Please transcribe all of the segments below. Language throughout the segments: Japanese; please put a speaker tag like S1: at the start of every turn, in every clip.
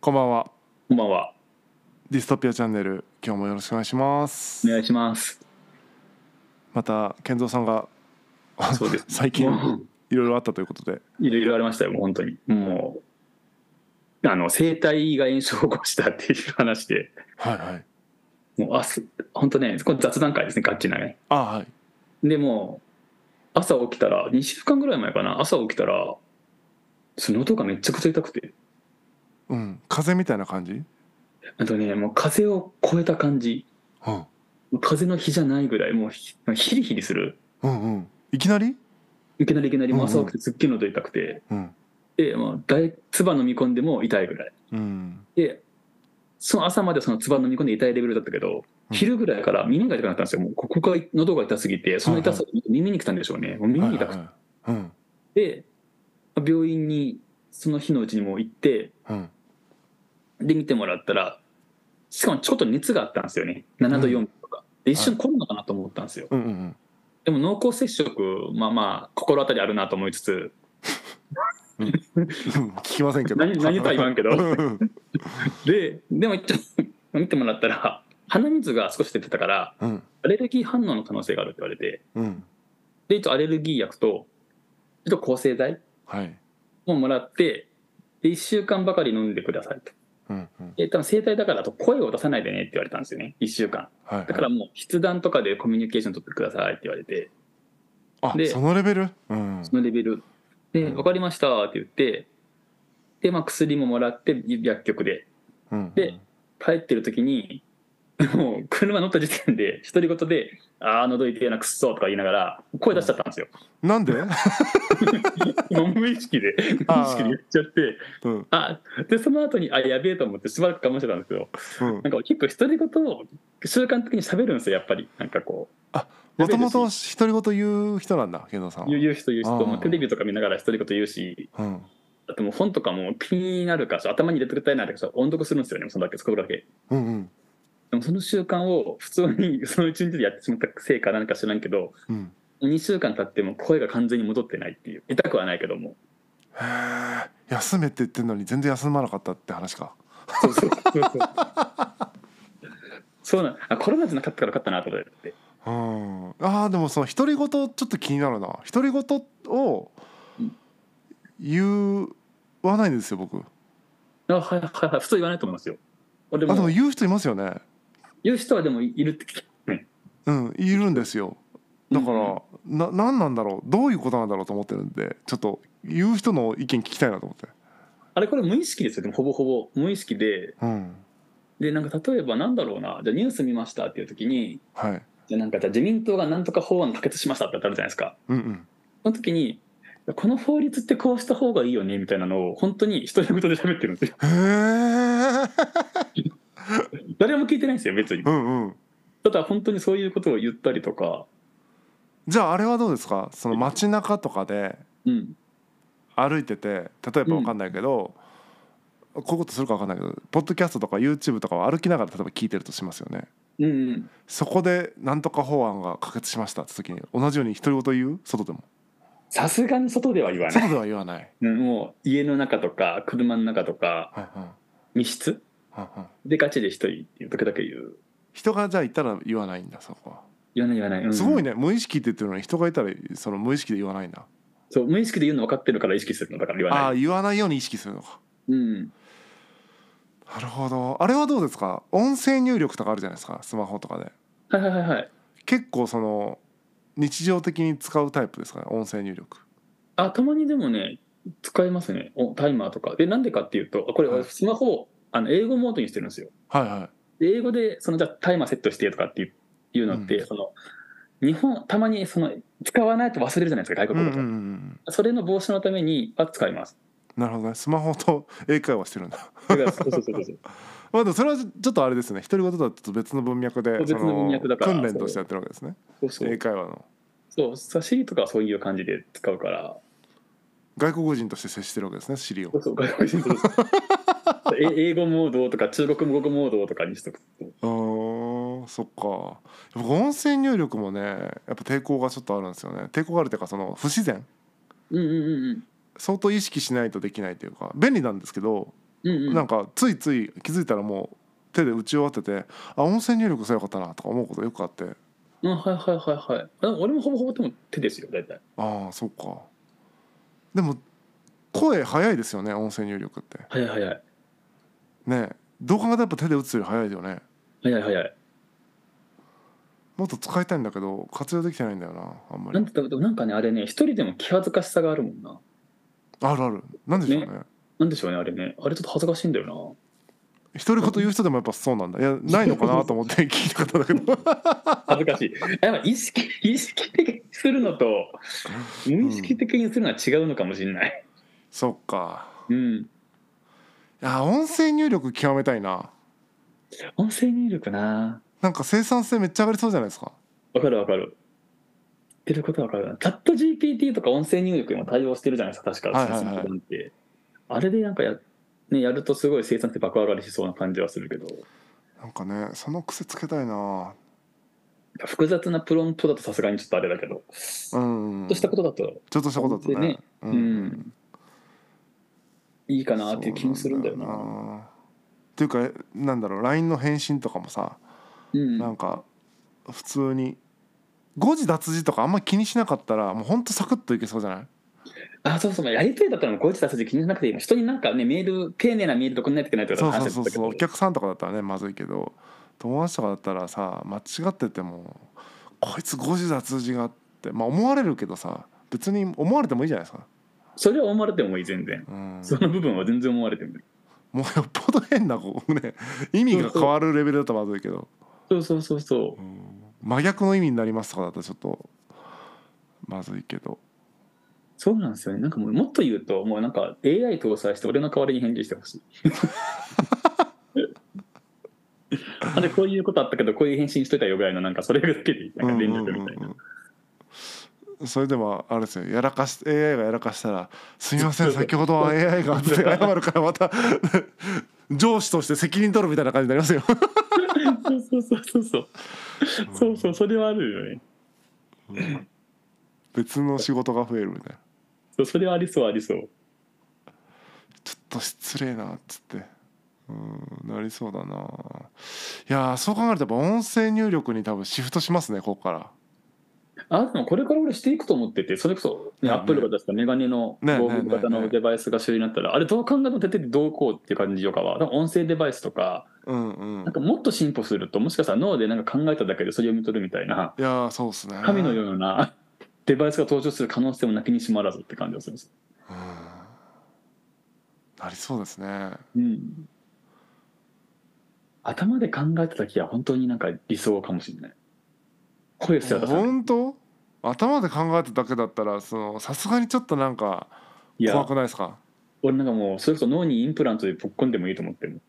S1: こんばんは
S2: こんばんは。
S1: ディストピアチャンネル今日もよろしくお願いします
S2: お願いします。
S1: また健三さんが
S2: そうです
S1: 最近
S2: もう
S1: いろいろあったということで
S2: いろいろありましたよ、もう本当に。もう、あの、生体が炎症を起こしたっていう話で、
S1: はいはい
S2: もう朝、本当ね、これ雑談会ですね、ガッチなね。
S1: あはい
S2: でも、朝起きたら、2週間ぐらい前かな、朝起きたら、その音がめっちゃくちゃ痛くて、
S1: うん風邪みたいな感じ
S2: あとね、もう風を超えた感じ、
S1: うん
S2: 風の日じゃないぐらい、もうひヒリヒリする。
S1: うんうんいきなり
S2: いきなりいきなり、もう朝起きてすっげえの音痛くて、
S1: うん
S2: で、もう大、唾飲み込んでも痛いぐらい。
S1: うん
S2: でその朝までその唾飲み込んで痛いレベルだったけど、
S1: うん
S2: 昼ぐらいから耳が痛くなったんですよもうここが喉が痛すぎてその痛さが耳に来たんでしょうね、もう耳に痛く
S1: は
S2: て、
S1: いはいはい
S2: で病院にその日のうちにもう行って
S1: うんうん
S2: で見てもらったらしかもちょっと熱があったんですよね7度4分とか、で一瞬コロナかなと思ったんですよ、
S1: うんうん
S2: でも濃厚接触まあまあ心当たりあるなと思いつつ
S1: うん聞きませんけど
S2: 何何言ったか言わ んけど
S1: うん
S2: ででも一応 見てもらったら鼻水が少し出てたから
S1: うん
S2: アレルギー反応の可能性があるって言われて
S1: うん
S2: で一応アレルギー薬と一応抗生剤
S1: はい
S2: ももらってで1週間ばかり飲んでくださいと
S1: うんうん
S2: で多分声帯だからと声を出さないでねって言われたんですよね1週間
S1: はいはい
S2: だからもう筆談とかでコミュニケーション取ってくださいって言われて
S1: あ
S2: で
S1: そのレベルうん
S2: そのレベルで「分かりました」って言ってで、まあ、薬ももらって薬局で
S1: うん
S2: で帰ってる時に もう車乗った時点で独り言で「ああ喉痛いなくっそ」とか言いながら声出しちゃったんですよ
S1: なん で
S2: もう無意識で無
S1: あー
S2: 意識で言っちゃって
S1: うん
S2: あでその後にあやべえと思ってしばらく我慢してたんですけど
S1: うん
S2: なんか結構独り言を習慣的に喋るんですよやっぱりなんかこう
S1: もともと独り言言う人なんだ健三さんは
S2: 言う言う人言う
S1: あー
S2: 人まあテレビとか見ながら独り言言うし
S1: うん
S2: あともう本とかも気になるかし頭に入れてくれたいなってか音読するんですよねそのだけそこだけ
S1: うんうん
S2: でもその習慣を普通に その一日でやってしまったせいかなんか知らんけど
S1: うん
S2: 2週間経っても声が完全に戻ってないっていう痛くはないけども
S1: へえ休めって言ってんのに全然休まなかったって話か
S2: そうそうそうそう そうなんあコロナじゃなかったからよかったなと思って
S1: うんあーでもその独り言ちょっと気になるな独り言を
S2: うん
S1: 言わないんですよ僕
S2: あはいはいはい普通言わないと思いますよ俺
S1: あでも
S2: も
S1: 言う人いますよね
S2: 言う人はでもいるって聞く
S1: うんいるんですよだか
S2: うん
S1: ら、な何なんだろうどういうことなんだろうと思ってるんでちょっと言う人の意見聞きたいなと思って
S2: あれこれ無意識ですよでもほぼほぼ無意識で
S1: うん
S2: でなんか例えばなんだろうなじゃあニュース見ましたっていう時に
S1: はい
S2: じゃあなんかじゃあ自民党がなんとか法案可決しましたってあるじゃないですか
S1: うんうん
S2: その時にこの法律ってこうした方がいいよねみたいなのを本当に独り言で喋ってるんですよ
S1: へえ
S2: 誰も聞いてないんですよ別に
S1: うんうん
S2: ただ本当にそういうことを言ったりとか
S1: じゃああれはどうですかその街中とかで
S2: うん
S1: 歩いてて例えばわかんないけど、こういうことするかわかんないけどポッドキャストとか YouTube とかを歩きながら例えば聞いてるとしますよね
S2: うんうん
S1: そこでなんとか法案が可決しましたって時に同じように独り言言う外でも
S2: さすがに外では言わない
S1: 外では言わない
S2: うんもう家の中とか車の中とか
S1: うんうん
S2: 密室
S1: うんうん
S2: でガチで一人っていう時だけ言う
S1: 人がじゃあいたら言わないんだそこは、
S2: 言わない言わない、うん
S1: すごいね無意識って言ってるのに人がいたらその無意識で言わないんだ
S2: そう無意識で言うの分かってるから意識するのだから言わ
S1: あ
S2: な
S1: あ
S2: い
S1: 言わないように意識するのか
S2: うん
S1: なるほどあれはどうですか音声入力とかあるじゃないですかスマホとかで
S2: はいはいはいはい
S1: 結構その日常的に使うタイプですかね音声入力
S2: あたまにでもね使えますねおタイマーとかでなんでかっていうとあこれ
S1: はい
S2: スマホをあの英語モードにしてるんですよ
S1: はいはい
S2: で英語でそのじゃあタイマーセットしてとかっていういうのって、
S1: うん
S2: その日本たまにその使わないと忘れるじゃないですか外
S1: うん
S2: 国
S1: うんうんう
S2: 語とか、
S1: ん
S2: それの防止のためには使います
S1: なるほどねスマホと英会話してるんだ
S2: だからそうそうそうそう
S1: まあでもそれはちょっとあれですね独り言とはちょっと別の文脈で
S2: 別の
S1: そ
S2: 文脈だから
S1: 訓練としてやってるわけですね
S2: そうそう
S1: 英会話の
S2: そう、さシリとかはそういう感じで使うから、
S1: 外国人として接してるわけですねシリを
S2: そうそう外国人とえ英語モードとか中国語モードとかにしとくと。
S1: あーそっか僕音声入力もねやっぱ抵抗がちょっとあるんですよね抵抗があるというかその不自然
S2: うんうんうん
S1: 相当意識しないとできないというか便利なんですけど
S2: うんうん、
S1: なんかついつい気づいたらもう手で打ち終わっててあ音声入力すればよかったなとか思うことよくあって
S2: あはいはいはいはいあ俺もほぼほぼでも手ですよ大体
S1: ああそうかでも声早いですよね音声入力って
S2: 早い早い
S1: ねえどう考えたらやっぱ手で打つより早いよね
S2: 早い早い
S1: もっと使いたいんだけど活用できてないんだよなあんま
S2: なん
S1: り
S2: て言ったらなんかねあれね一人でも気恥ずかしさがあるもんな
S1: あるあるなんでしょうね
S2: なんでしょうねあれねあれちょっと恥ずかしいんだよ
S1: 独り言言う人でもやっぱそうなんだいやないのかなと思って聞いたかったんだけ ど
S2: な恥ずかしいやっぱ意識意識的にするのと無意識的にするのは違うのかもしれない
S1: そっか
S2: うん
S1: いや音声入力極めたいな
S2: 音声入力な
S1: なんか生産性めっちゃ上がりそうじゃないですか
S2: わかるわかる言ってることわかるなチャット GPT とか音声入力にも対応してるじゃないですか確か
S1: はいはいはい
S2: 最新版ってあれでなんかや,、ね、やるとすごい生産性爆上がりしそうな感じはするけど
S1: なんかねその癖つけたいな
S2: 複雑なプロンプトだとさすがにちょっとあれだけど、
S1: うん、うん、
S2: としたことだと
S1: ちょっとしたことだとね
S2: ね
S1: う
S2: うん、いいかなっていう気もするんだよな
S1: そうなんだよなっていうかえなんだろう LINE の返信とかもさ、
S2: うん
S1: なんか普通に誤字脱字とかあんま気にしなかったらもうほんとサクッといけそうじゃない
S2: あそうそうやりとりだったらもうこいつたち気にしなくていいの人になんかねメール丁寧なメールとかんないといけないと
S1: そ
S2: か
S1: うそ
S2: 話
S1: う
S2: し
S1: そ
S2: て
S1: う
S2: たけ
S1: そう
S2: ど
S1: お客さんとかだったらねまずいけど友達とかだったらさ間違っててもこいつ誤字脱字があってまあ思われるけどさ別に思われてもいいじゃないですか、
S2: それは思われてもいい全然
S1: うん、
S2: その部分は全然思われてもいい
S1: もうよっぽど変なこうね意味が変わるレベルだとまずいけど、
S2: そうそうそうそう
S1: うん真逆の意味になりますとかだったらちょっとまずいけど
S2: そうなんですよねなんかもうもっと言うともうなんか AI 搭載して俺の代わりに返事してほ しいあれこういうことあったけどこういう返信しといたよぐらいのなんかそれだけでいいなんか連絡みたいな、
S1: うんうんうんうんそれでもあれですよやらかし AI がやらかしたら「すみません先ほどは AI が」って謝るからまた 上司として責任取るみたいな感じになりますよ。
S2: そうそうそうそうそう。そうそう、それはあるよね。
S1: 別の仕事が増えるみたいな
S2: そう、それはありそう、ありそう。
S1: ちょっと失礼なっつってうんなりそうだないやーそう考えるとやっぱ音声入力に多分シフトしますねここから。
S2: あ、でも、これから俺していくと思ってて、それこそ、ね、
S1: ね
S2: アップルが出したメガネのゴ
S1: ね
S2: ーグル型
S1: ね
S2: の
S1: ね
S2: デバイスが主流になったら、あれどう考えても出ててどうこうっていう感じよかは、なんか音声デバイスとか、
S1: うんうん
S2: なんかもっと進歩すると、もしかしたら脳でなんか考えただけでそれを読み取るみたいな、
S1: いやーそうっすね
S2: 神のような デバイスが登場する可能性もなきにしもあらずって感じがするんですよ。
S1: うんなりそうですね
S2: うん。頭で考えた時は本当になんか理想かもしれない。声すら出さない。
S1: 本当頭で考えただけだったらそのさすがにちょっとなんか
S2: いや
S1: 怖くないですか
S2: 俺なんかもうそれこそ脳にインプラントでぶっ込んでもいいと思ってる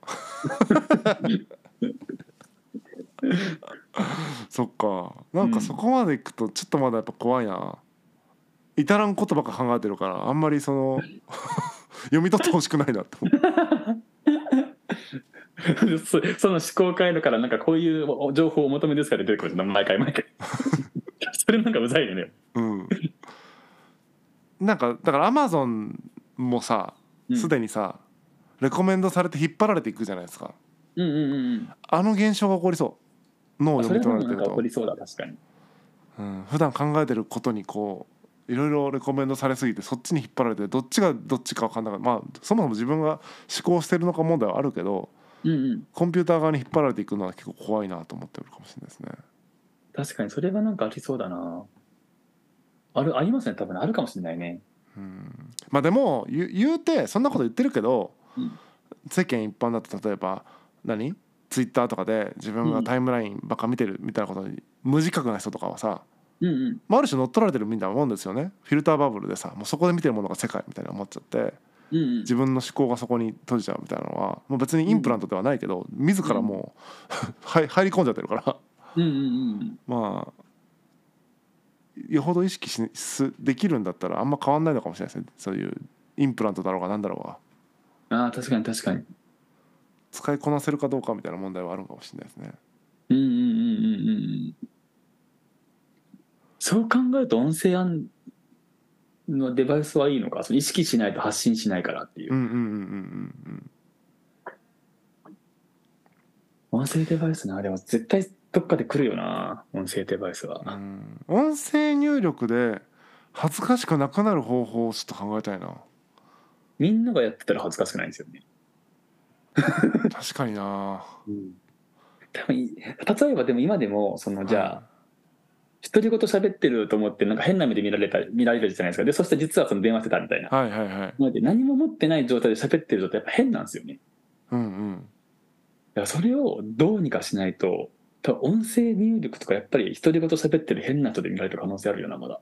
S1: そっかなん
S2: う
S1: か
S2: ん
S1: そこまでいくとちょっとまだやっぱ怖いな至らんことばっか考えてるからあんまりその 読み取ってほしくないなって思う
S2: そその思考回路からなんかこういう情報をお求めですから出てくるんですよ毎回 毎回それなんかうざいよね、
S1: うんなんかだからアマゾンもさ
S2: うん、
S1: すでにさ、レコメンドされて引っ張られていくじゃないですか
S2: うんうんうん
S1: あの現象が起こりそう脳を
S2: うんそ
S1: 読
S2: れ
S1: み取
S2: はな
S1: られてる
S2: んか起
S1: と
S2: こりそうだ確かに
S1: うん、普段考えてることにこういろいろレコメンドされすぎてそっちに引っ張られてどっちがどっちか分かんなかったまあそもそも自分が思考してるのか問題はあるけど
S2: うんうん
S1: コンピューター側に引っ張られていくのは結構怖いなと思ってるかもしれないですね。
S2: 確かにそれはなんかありそうだなあるありますね多分あるかもしれないね
S1: うん、まあでも言う言うてそんなこと言ってるけど、
S2: うん
S1: 世間一般だと例えば何ツイッターとかで自分がタイムラインばっか見てるみたいなことに無自覚な人とかはさ、
S2: うんうん
S1: まあ、ある種乗っ取られてるみたいなもんですよねフィルターバブルでさもうそこで見てるものが世界みたいな思っちゃって。
S2: うんうん
S1: 自分の思考がそこに閉じちゃうみたいなのはもう別にインプラントではないけど、自らもうはい入り込んじゃってるから
S2: うんうんうん
S1: まあよほど意識しすできるんだったらあんま変わんないのかもしれないですねそういうインプラントだろうがなんだろうが
S2: ああ確かに確かに
S1: 使いこなせるかどうかみたいな問題はあるのかもしれないですね。
S2: うんうんうんうんうんうんそう考えると音声案のデバイスはいいのかその意識しないと発信しないからっていう、
S1: うんうんうんうんうんうん
S2: 音声デバイスなでも絶対どっかで来るよな音声デバイスは、
S1: うん音声入力で恥ずかしくなくなる方法をちょっと考えたいな
S2: みんながやってたら恥ずかしくないんですよね、
S1: 確かにな
S2: 多分い例えばでも今でもそのじゃあ、独り言喋ってると思ってなんか変な目で見られた見られるじゃないですかでそして実はその電話してたみたいな、
S1: はい、はいはいはい
S2: なので何も持ってない状態で喋ってる状態やっぱ変なんですよね
S1: うんうん
S2: だからそれをどうにかしないと多分音声入力とかやっぱり独り言喋ってる変な人で見られる可能性あるよなまだ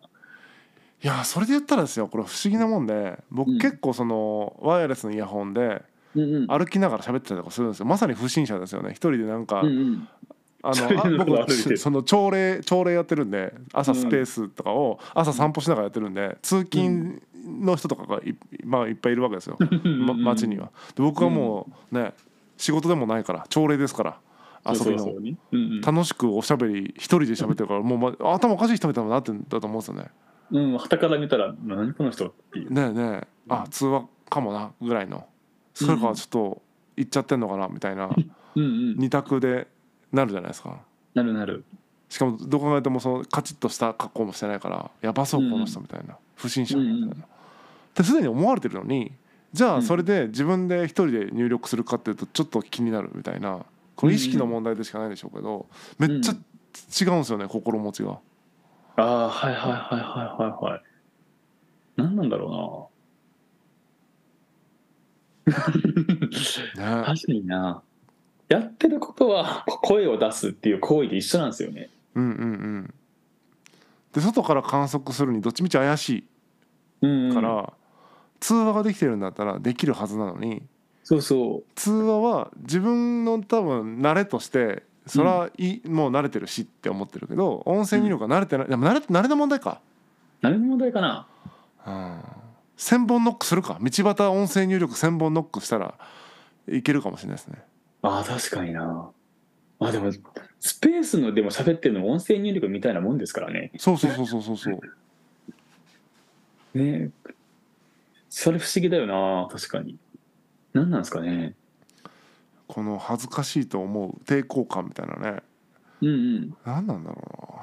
S1: いやそれで言ったらですよこれ不思議なもんで僕
S2: うん
S1: 結構そのワイヤレスのイヤホンで
S2: うんうん
S1: 歩きながら喋ってたりとかするんですよまさに不審者ですよね一人でなんか、
S2: うんうん
S1: あ
S2: 一人で
S1: のあ
S2: 歩いて
S1: 僕
S2: る
S1: その朝礼朝礼やってるんで朝
S2: うん
S1: スペースとかを朝散歩しながらやってるんで通勤の人とかがい,、まあ、いっぱいいるわけですよ、ま、街にはで僕はもうね仕事でもないから朝礼ですから遊びの
S2: そうそうそうねうんうん
S1: 楽しくおしゃべり一人で喋ってるからもう、ま、頭おかしい人みたいになってんだと思うんですよね
S2: うん、はたから見たら「何この人」っていう。
S1: ねえねえあ通話かもなぐらいのそれかちょっと行っちゃってんのかなみた いな
S2: うんうん、
S1: 二択でなるじゃないですか
S2: なるなる。
S1: しかもどう考えてもそのカチッとした格好もしてないからやばそうこの人みたいな不審者みたい
S2: うんう
S1: な。ですでに思われてるのにじゃ
S2: う
S1: あ
S2: ん
S1: それで自分で一人で入力するかっていうとちょっと気になるみたいなこの意識の問題でしかないでしょうけどめっちゃ違うんですよね心持ちが。
S2: ああ、はいはいはいはいはいはい。何なんだろうな。
S1: ね
S2: 確かにな。やってることは声を出すっていう行為で一緒なんですよね。
S1: うんうんうん。で外から観測するにどっちみち怪し
S2: うん、う
S1: い
S2: ん。
S1: から、通話ができてるんだったらできるはずなのに
S2: そうそ
S1: 通話は自分の多分慣れとしてそれはい、もう慣れてるしって思ってるけど音声入力が慣れてない、でも慣れ慣れの問題か、
S2: う。何の問題かな。
S1: うん、1,000本ノックするか道端音声入力1,000本ノックしたらいけるかもしれないですね
S2: ああ、確かにな。まあでも、スペースのでも喋ってるのも音声入力みたいなもんですからね。
S1: そうそうそうそうそうそう
S2: ねそれ不思議だよな、確かに。何なんですかね。
S1: この恥ずかしいと思う抵抗感みたいなね
S2: うんうん。
S1: 何なんだろ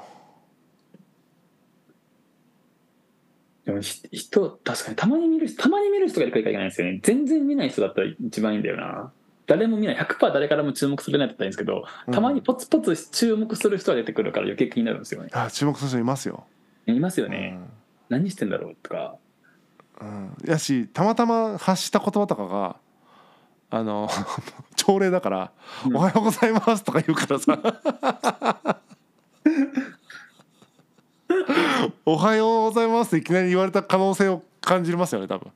S2: でもひ人確かにたまに見る人たまに見る人がいるからいけないんですよね全然見ない人だったら一番いいんだよな誰も見ない100%誰からも注目されないだったらいいんですけど
S1: うな
S2: たま
S1: う
S2: に
S1: ん
S2: ポツポツ注目する人が出てくるから余計気になるんですよね
S1: あ注目する人いますよ、
S2: いますよね、何してんだろうとか
S1: うん、うん、やしたまたま発した言葉とかがあの 朝礼だから「
S2: うん
S1: おはようございます」とか言うからさ「 おはようございます」っていきなり言われた可能性を感じますよね多分、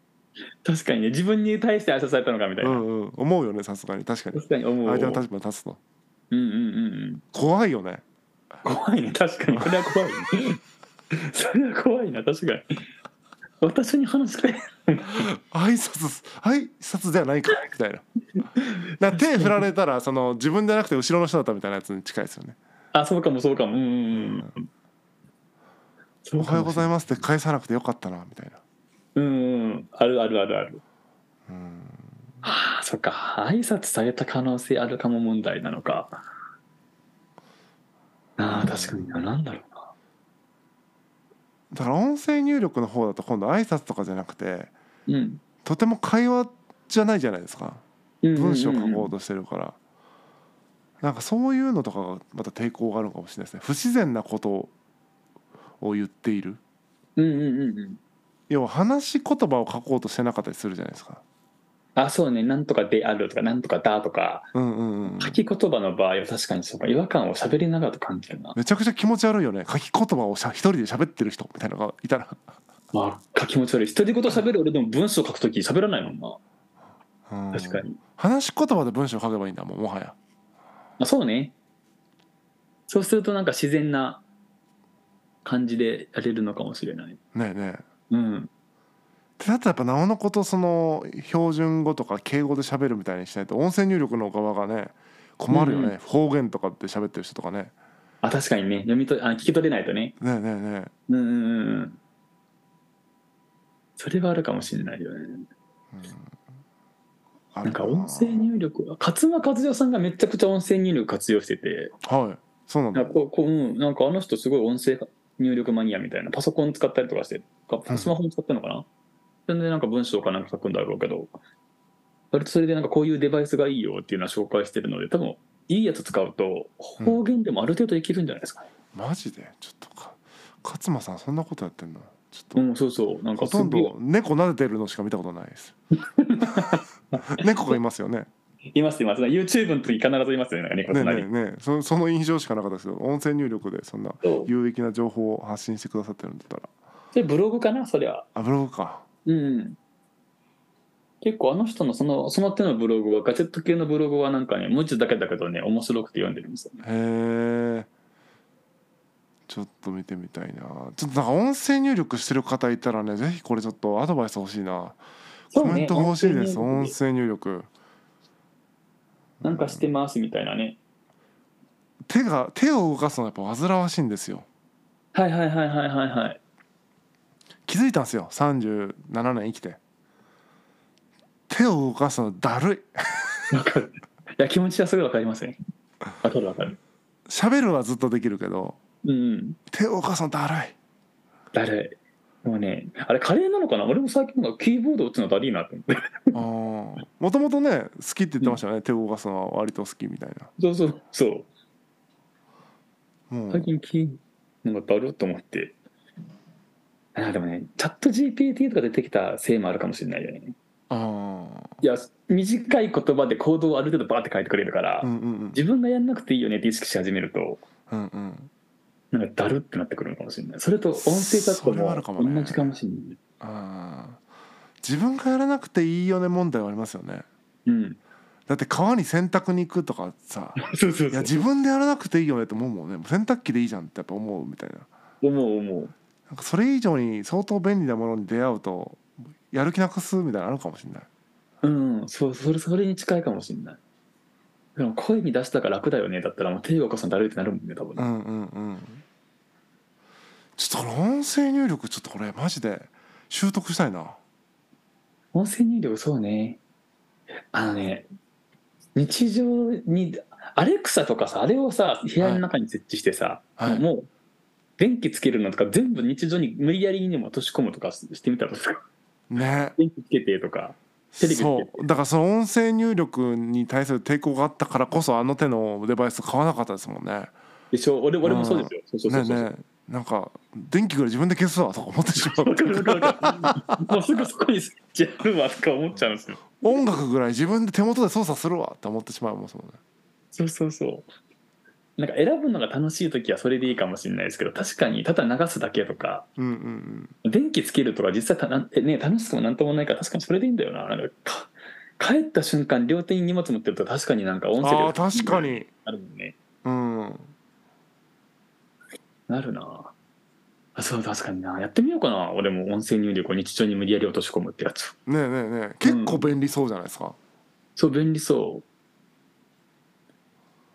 S2: 確かにね自分に対して挨拶されたのかみたいうな、
S1: んうん、思うよねさすがに確かに
S2: 確かに思う
S1: 相手の立場に立つと
S2: うんうんうん
S1: 怖いよね
S2: うん怖いね確かにこれは怖いね それは怖いな確かに私に話しかけ
S1: 挨拶挨拶ではないかみたいなだから手振られたらその自分じゃなくて後ろの人だったみたいなやつに近いですよね
S2: あそうかもそうかもうんうんうん
S1: 「おはようござい
S2: ま
S1: ます」って返さなくてよかったなみたいな
S2: すうんうんうんあるあるあるある
S1: うん
S2: ああそっか挨拶された可能性あるかも問題なのかああ確かにななんだろうな
S1: だから音声入力の方だと今度挨拶とかじゃなくて
S2: うん
S1: とても会話じゃないじゃないですか
S2: うんうんうん
S1: 文章を書こうとしてるから、なんかそういうのとかがまた抵抗があるのかもしれないですね不自然なことを言っている
S2: うんうんうんうん
S1: 要は話し言葉を書こうとしてなかったりするじゃないですか
S2: あそうねなんとかであるとかなんとかだとか
S1: うんうんうんうん
S2: 書き言葉の場合は確かにそうか違和感を喋りながらと感じるな
S1: めちゃくちゃ気持ち悪いよね書き言葉をしゃ一人で喋ってる人みたいなのがいたら
S2: まあ気持ち悪い一人言喋る俺でも文章書くとき喋らないもんな
S1: うん
S2: 確かに
S1: 話し言葉で文章を書けばいいんだもんもはや
S2: まあ、そうねそうするとなんか自然な感じでやれるのかもしれない
S1: ねえねえ
S2: うん
S1: ってなったらやっぱなおのことその標準語とか敬語で喋るみたいにしないと音声入力の側がね困るよね、
S2: うんう
S1: 方言とかって喋ってる人とかね
S2: あ確かにね読みとあ聞き取れないとね
S1: ねえねえね
S2: うんうんうんうんそれはあるかもしれないよね
S1: え、うんあ
S2: なん
S1: る
S2: か
S1: か
S2: 音声入力は勝間和代さんがめちゃくちゃ音声入力活用してて
S1: はいそうなん
S2: な
S1: だ
S2: んかこうこう、うん、なんかあの人すごい音声入力マニアみたいなパソコン使ったりとかして
S1: ん
S2: スマホも使ってるのかな、全然なんか文章かなんか書くんだろうけどそれとそれでなんかこういうデバイスがいいよっていうのは紹介してるので多分いいやつ使うと方言でもある程度いけるんじゃないですかね、
S1: マジでちょっとか勝間さんそんなことやってんのち
S2: う
S1: ょっ
S2: んそうそうなん
S1: と
S2: か
S1: ほ
S2: す
S1: とん
S2: ごい
S1: ど猫撫でてるのしか見たことないです 猫がいますよね
S2: いますいます YouTube の時必ずいますよねなんか猫
S1: ねえ
S2: つな
S1: ねえ
S2: ぎ
S1: ねえそその印象しかなかったですけど音声入力でそんな
S2: そう
S1: 有益な情報を発信してくださってるんだったら
S2: それブログかなそりゃ
S1: あブログか
S2: うん結構あの人のそのその手のブログはガジェット系のブログはなんかね文字だけだけどね面白くて読んでるんですよね
S1: へえちょっと見てみたいなちょっとなんか音声入力してる方いたらねぜひこれちょっとアドバイス欲しいな、
S2: そ
S1: コ
S2: うね
S1: メント欲しいです
S2: 音声入力
S1: 音声入力
S2: なんかしてますみたいなね。
S1: 手が手を動かすのはやっぱ煩わしいんですよ
S2: はいはいはいはいはいはい。
S1: 気づいたんですよ37年生きて手を動かすのだるい
S2: わかる。いや気持ちはすごいわかりますね。わかるわかる。
S1: 喋るはずっとできるけど
S2: うん。
S1: 手を動かすのだるい
S2: だるい。もうね、あれカレーなのかな俺も最近なんかキーボード打つのだりーなって思って。
S1: もともとね好きって言ってましたよね、手を動かすのは割と好きみたいな
S2: そうそうそう。
S1: もう
S2: 最近キーなんかだるっと思って。あでもね、チャット GPT とか出てきたせいもあるかもしれないよね。
S1: あ
S2: いや、短い言葉で行動をある程度バーって書いてくれるから、
S1: あうんうんうん
S2: 自分がやんなくていいよねって意識し始めると、
S1: うんうん
S2: なんかだるってなってくるのかもしれない。それと音声チャッ
S1: そ
S2: ト
S1: れはあるかも
S2: も
S1: ね
S2: 同じかもしれない。
S1: ああ自分がやらなくていいよね問題はありますよね
S2: うん。
S1: だって川に洗濯に行くとか さ
S2: そうそう
S1: い
S2: そ
S1: や
S2: う。
S1: 自分でやらなくていいよねって思うもんねもう洗濯機でいいじゃんってやっぱ思うみたいな
S2: 思う思う。
S1: なんかそれ以上に相当便利なものに出会うとやる気なくすみたいなのあるかもしれない
S2: うん、そう、それ、それに近いかもしれない。でも声に出したから楽だよね、だったら、もう手動かすのだるいってなるもんね、多分
S1: う
S2: ね。
S1: んうんうんちょっとこの音声入力ちょっとこれマジで習得したいな
S2: 音声入力、そうね。あのね、日常に、アレクサとかさ、あれをさ、部屋の中に設置してさ、
S1: はい
S2: もう、電気つけるのとか、全部日常に無理やりにでも落とし込むとかししてみたらどうです か
S1: ね
S2: 電気つけてとか。テレビつけて
S1: そうだからその音声入力に対する抵抗があったからこそあの手のデバイス買わなかったですもんね
S2: でしょ俺俺もそうですよ。そうそ
S1: ね
S2: うそうそう。
S1: ねなんか電気ぐらい自分で消すわとか思ってしま
S2: わかる
S1: う
S2: わかるわかる。 もうすぐそこに設置あるわとか思っちゃうんですよ。
S1: 音楽ぐらい自分で手元で操作するわって思ってしまうもんね
S2: そうそうそう。なんか選ぶのが楽しい時はそれでいいかもしれないですけど確かにただ流すだけとか
S1: うんうんうん
S2: 電気つけるとか実際たなんえね楽しくもなんともないから確かにそれでいいんだよななんかか帰った瞬間両手に荷物持ってると確かになんか音声
S1: ああ確かに
S2: あるもんね
S1: うん
S2: なるなあそう確かになやってみようかな俺も音声入力を日常に無理やり落とし込むってやつ
S1: ねえねえねえ結構便利そうじゃないですか、
S2: そう便利そう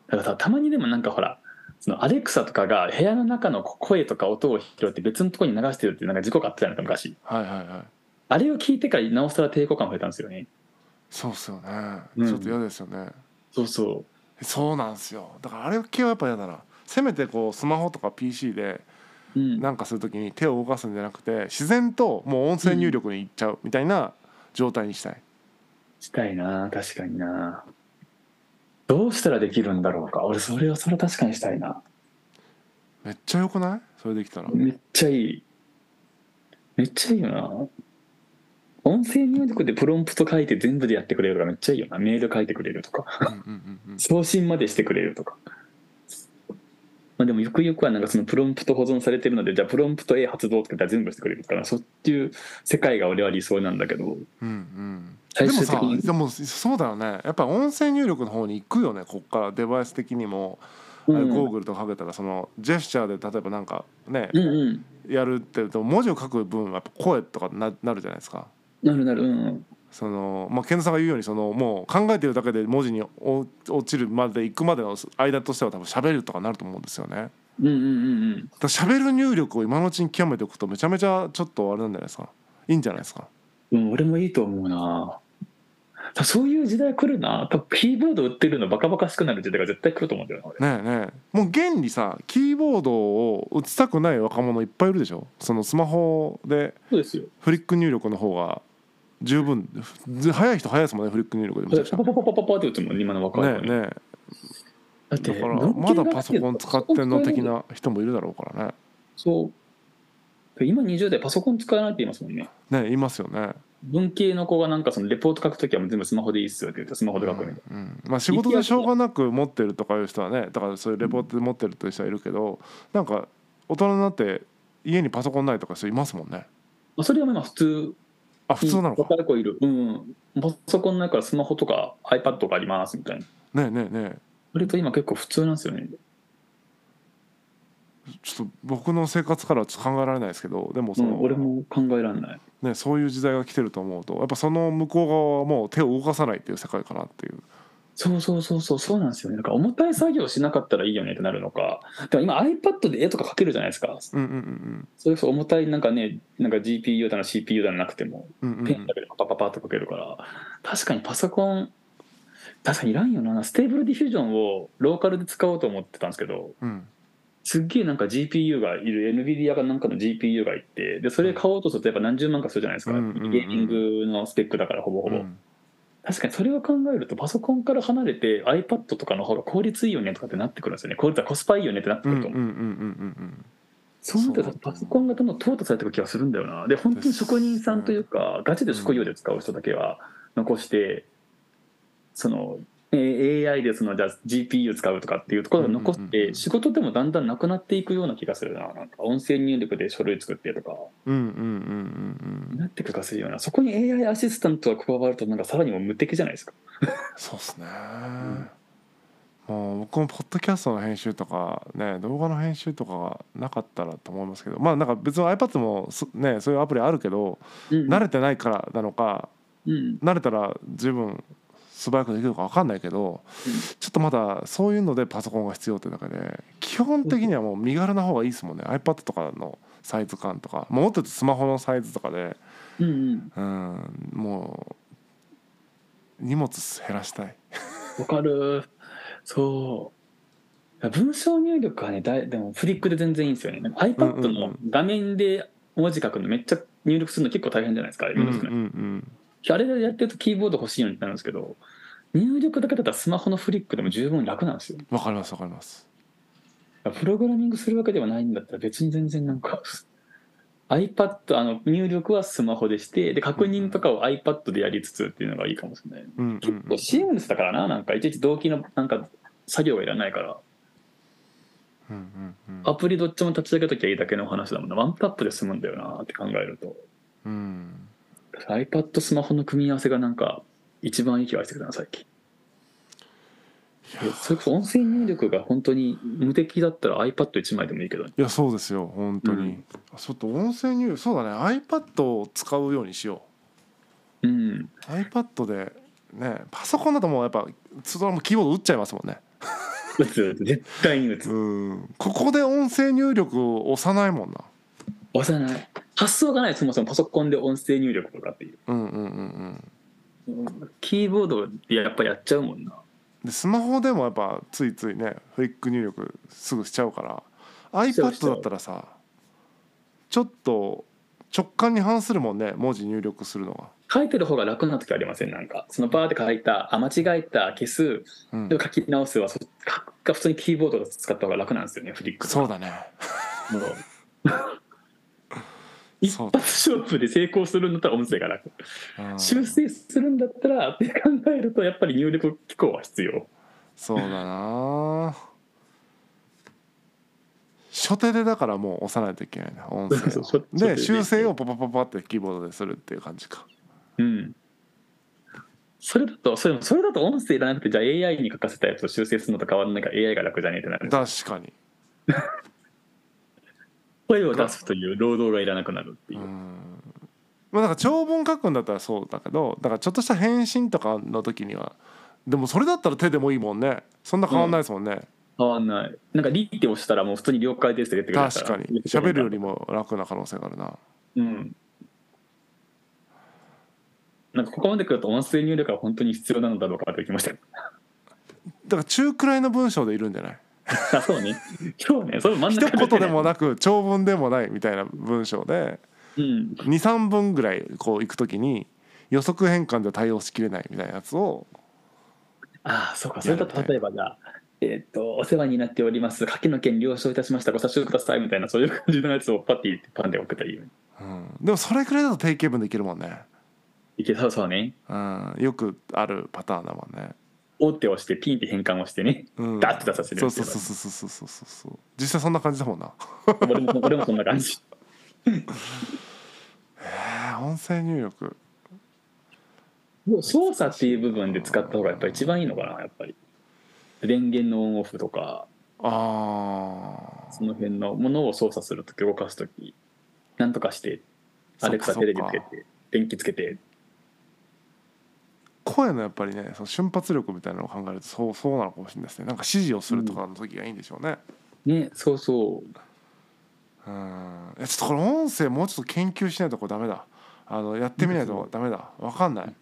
S2: だからさたまにでもなんかほらそのアレクサとかが部屋の中の声とか音を拾って別のとこに流してるっていうなんか事故があったじゃないですか昔
S1: はいはいはい
S2: あれを聞いてからなおさら抵抗感増えたんですよね
S1: そうっすよね、
S2: うん
S1: ちょっと嫌ですよね
S2: そうそう
S1: そうなんですよだからあれ系はやっぱ嫌だなせめてこうスマホとか PC で
S2: うん、
S1: なんかするときに手を動かすんじゃなくて自然ともう音声入力にいっちゃうみたいな状態にしたい、
S2: したいな確かになどうしたらできるんだろうか俺それはそれは確かにしたいな
S1: めっちゃよくないそれできたら
S2: めっちゃいいめっちゃいいよな音声入力でプロンプト書いて全部でやってくれるからめっちゃいいよなメール書いてくれるとか
S1: うんうんうんうん
S2: 送信までしてくれるとか、まあ、でもゆくゆくはなんかそのプロンプト保存されてるのでじゃあプロンプト A 発動って言ったら全部してくれるからそういう世界が俺は理想なんだけど
S1: うんうんで
S2: 最
S1: も
S2: 終的
S1: さ
S2: に
S1: でもそうだよねやっぱ音声入力の方に行くよねこっからデバイス的にも、
S2: う
S1: あれ
S2: ん、
S1: ゴーグルとかけたらそのジェスチャーで例えばなんかね、
S2: うんうん
S1: やるって言うと文字を書く分はやっぱ声とかななるじゃないですか。
S2: なるなるうん
S1: そのまあ、健太さんが言うようにそのもう考えてるだけで文字にお落ちるまで行くまでの間としては多分喋るとかなると思うんですよね。
S2: うんうんうんうん
S1: だから喋る入力を今のうちに極めておくとめちゃめちゃちょっとあれなんじゃないですかいいんじゃないですか
S2: うん、俺もいいと思うならそういう時代来るな多分キーボード売ってるのバカバカしくなる時代が絶対来ると思うんだよな俺
S1: ねえねえもう現にさキーボードを打ちたくない若者いっぱいいるでしょそのスマホで
S2: そうですよ
S1: フリック入力の方が十分ず早い人早いですもんねフリック入力でめちゃくちゃ
S2: パパパパパパって打つもん今の若い
S1: ね
S2: 子
S1: え
S2: に
S1: ね
S2: だっ
S1: え
S2: て
S1: だからまだパソコン使ってんの的な人もいるだろうからね
S2: そう今20代パソコン使わないって言いますもんね
S1: ねえいますよね
S2: 文系の子がなんかそのレポート書くときはもう全部スマホでいいっすよって言ってスマホで書くみたいな、
S1: うんうんまあ、仕事でしょうがなく持ってるとかいう人はねだからそういうレポートで持ってるという人はいるけどなんか大人になって家にパソコンないとか人いますもんね
S2: まあそれはまあ普通
S1: あ普通なのか
S2: 若い子いるうんパソコンないからスマホとか iPad とかありますみたいな
S1: ねえねえね
S2: 割と今結構普通なんですよね
S1: えちょっと僕の生活からはちょっと考えられないですけどでも
S2: う
S1: その、
S2: ん、俺も考えられない
S1: ね、そういう時代が来てると思うとやっぱその向こう側はもう手を動かさないっていう世界かなっていう
S2: そうそうそうそうそうなんですよねだから重たい作業しなかったらいいよねってなるのかでも今 iPad で絵とか描けるじゃないですか
S1: うんうん
S2: それこそ重たいなんかねなんか GPU だの CPU だのなくても
S1: うんうんうんう
S2: ペン
S1: ん
S2: だけでパパパパッと描けるから確かにパソコン確かにいらんよなステーブルディフュージョンをローカルで使おうと思ってたんですけど
S1: うん
S2: すっげえなんか GPU がいる NVIDIA がなんかの GPU がいてでそれ買おうとするとやっぱ何十万かするじゃないですか、
S1: うんうんうん
S2: ゲーミングのスペックだからほぼほぼ、
S1: うん
S2: 確かにそれを考えるとパソコンから離れて iPad とかの方が効率いいよねとかってなってくるんですよね効率はコスパいいよねってなって
S1: う
S2: く
S1: んう
S2: る
S1: ん
S2: と
S1: うん
S2: 思う、
S1: うん
S2: そうなる
S1: そう
S2: とパソコンがどんどん淘汰されていく気がするんだよなで本当に職人さんというかガチで職業で使う人だけは残してそのえー AI でそのじゃあ GPU 使うとかっていうところを残
S1: うん
S2: っ
S1: うんうんうん
S2: て仕事でもだんだんなくなっていくような気がするななんか音声入力で書類作ってとか
S1: うんうんうんうんうんうん
S2: なっていく気がするようなそこに AI アシスタントが加わるとなんかさらにもう無敵じゃないですか
S1: そうっすね、もう僕もポッドキャストの編集とかね動画の編集とかがなかったらと思いますけどまあなんか別に iPad もそねそういうアプリあるけど慣れてないからなのか
S2: うん
S1: 慣れたら十分素早くできるか分かんないけど、
S2: うん
S1: ちょっとまだそういうのでパソコンが必要ってだけで基本的にはもう身軽な方がいいですもんね iPad とかのサイズ感とかもっと言うとスマホのサイズとかで
S2: うんうん
S1: うんもう荷物減らしたい
S2: わかるそう文章入力はねだいでもフリックで全然いいんですよねなんか
S1: うんう
S2: iPad
S1: んうん
S2: の画面で文字書くのめっちゃ入力するの結構大変じゃないですか、
S1: うんうん
S2: 入力するの
S1: うん
S2: あれでやってるとキーボード欲しいようになるんですけど入力だけだったらスマホのフリックでも十分楽なんですよ
S1: わかりますわかります
S2: プログラミングするわけではないんだったら別に全然なんか iPad あの入力はスマホでしてで確認とかを iPad でやりつつっていうのがいいかもしれない
S1: うんうん
S2: 結構シームレスだからななんかいちいち動機のなんか作業がいらないから
S1: うんうんうん
S2: アプリどっちも立ち上げときゃいいだけの話だもんなワンタップで済むんだよなって考えると
S1: うん
S2: iPad スマホの組み合わせがなんか一番いい気がしてきたな最近えそれこそ音声入力が本当に無敵だったら iPad1 枚でもいいけど
S1: いやそうですよ本当に、
S2: うん
S1: ちょっと音声入力そうだね iPad を使うようにしよう
S2: うん
S1: iPad でねパソコンだともうやっぱそれはもうキーボード打っちゃいますもんね
S2: 打つ打つ絶対に打つ
S1: うんここで音声入力を押さないもんな
S2: 押さない発想がないそもそもパソコンで音声入力とかっていう
S1: うんうんうんうん
S2: キーボードでやっぱやっちゃうもんな
S1: でスマホでもやっぱついついねフリック入力すぐしちゃうから
S2: そう
S1: iPad だったらさちょっと直感に反するもんね文字入力するのが、
S2: 書いてる方が楽な時ありませんなんかそのバーって書いたあ間違えた消す
S1: うん
S2: で、も書き直すはそ書くか普通にキーボードを使った方が楽なんですよねフリック
S1: そう
S2: だ
S1: だね
S2: もう 一
S1: そう
S2: 発勝負で成功するんだったら音声が楽、
S1: うん
S2: 修正するんだったらって考えるとやっぱり入力機構は必要
S1: そうだ な初手でだからもう押さないといけないな音声
S2: そう
S1: を
S2: そう
S1: で
S2: 初手で
S1: 修正をパパパパってキーボードでするっていう感じか
S2: うんそれだとそれそれだと音声いらなくてじゃあ AI に書かせたやつを修正するのと変わらないから AI が楽じゃねえってなる
S1: 確かに
S2: 声を出すという労働がいらなくなるって
S1: う
S2: い
S1: ん
S2: う、
S1: まあだから長文書くんだったらそうだけどだからちょっとした返信とかの時にはでもそれだったら手でもいいもんねそんな変わんないですもんね、
S2: 変わんないなんかリーって押したらもう普通に了解ですって出てくる
S1: 確かに喋るよりも楽な可能性があるな
S2: うんなんかここまで来ると音声入力は本当に必要なのだろうかとて きました
S1: だから中くらいの文章でいるんじ ゃない
S2: あそうね今日ねそれ真ん
S1: 一
S2: 中だけね
S1: 言でもなく長文でもないみたいな文章で
S2: うん
S1: 23文ぐらいこういくときに予測変換で対応しきれないみたいなやつを
S2: ああそうかそれだ
S1: や
S2: と
S1: りたい
S2: 例えばじゃあえっと、お世話になっております。賭けの件了承いたしました。ご差しください。みたいな、そういう感じのやつをパッて言ってパンで送ったらいいよね。
S1: うん、でもそれくらいだと定型文できるもんね、
S2: いけそうそうね。
S1: うん、よくあるパターンだもんね、
S2: 折って押して、ピンって変換をしてね。
S1: うん、
S2: ダッて出させる
S1: そうそうそうそうそうそうそうそう実際そんな感じだもんな
S2: 俺も、俺もそんな感じ。
S1: えー音声入力
S2: もう操作っていう部分で使った方がやっぱり一番いいのかな、やっぱり。電源のオンオフとか、
S1: あー
S2: その辺のものを操作するとき、動かすとき、なんとかして、アレクサ
S1: そっ
S2: テレ
S1: かそ
S2: ビ
S1: っ
S2: つ
S1: か
S2: けて、電気つけて、
S1: 声のやっぱりねその瞬発力みたいなのを考えるとそうそうなのかもしれないですねなんか指示をするとかの時がいいんでしょうね、
S2: ね、そうそう。
S1: うんえちょっとこれ音声もうちょっと研究しないとこれダメだあのやってみないとダメだわかんない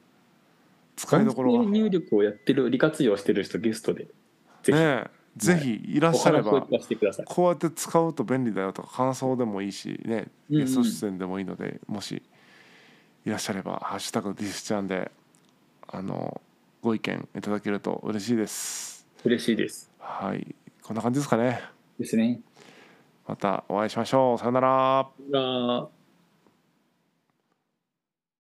S1: 使いどころが
S2: 音声
S1: ね
S2: 入力をやってる、利活用してる人、ゲストで、ぜひ、
S1: えぜひいらっ
S2: お
S1: しゃれ
S2: 話を
S1: ば
S2: 聞かせてください。
S1: こうやって使うと便利だよとか感想でもいいしね
S2: うんうん
S1: ゲスト出演でもいいので、もしいらっしゃれば「ハッシュタグディスチャンで」あのご意見いただけると嬉しいです
S2: 嬉しいです。
S1: はいこんな感じですかね
S2: ですね。
S1: またお会いしましょうさよなら
S2: うわー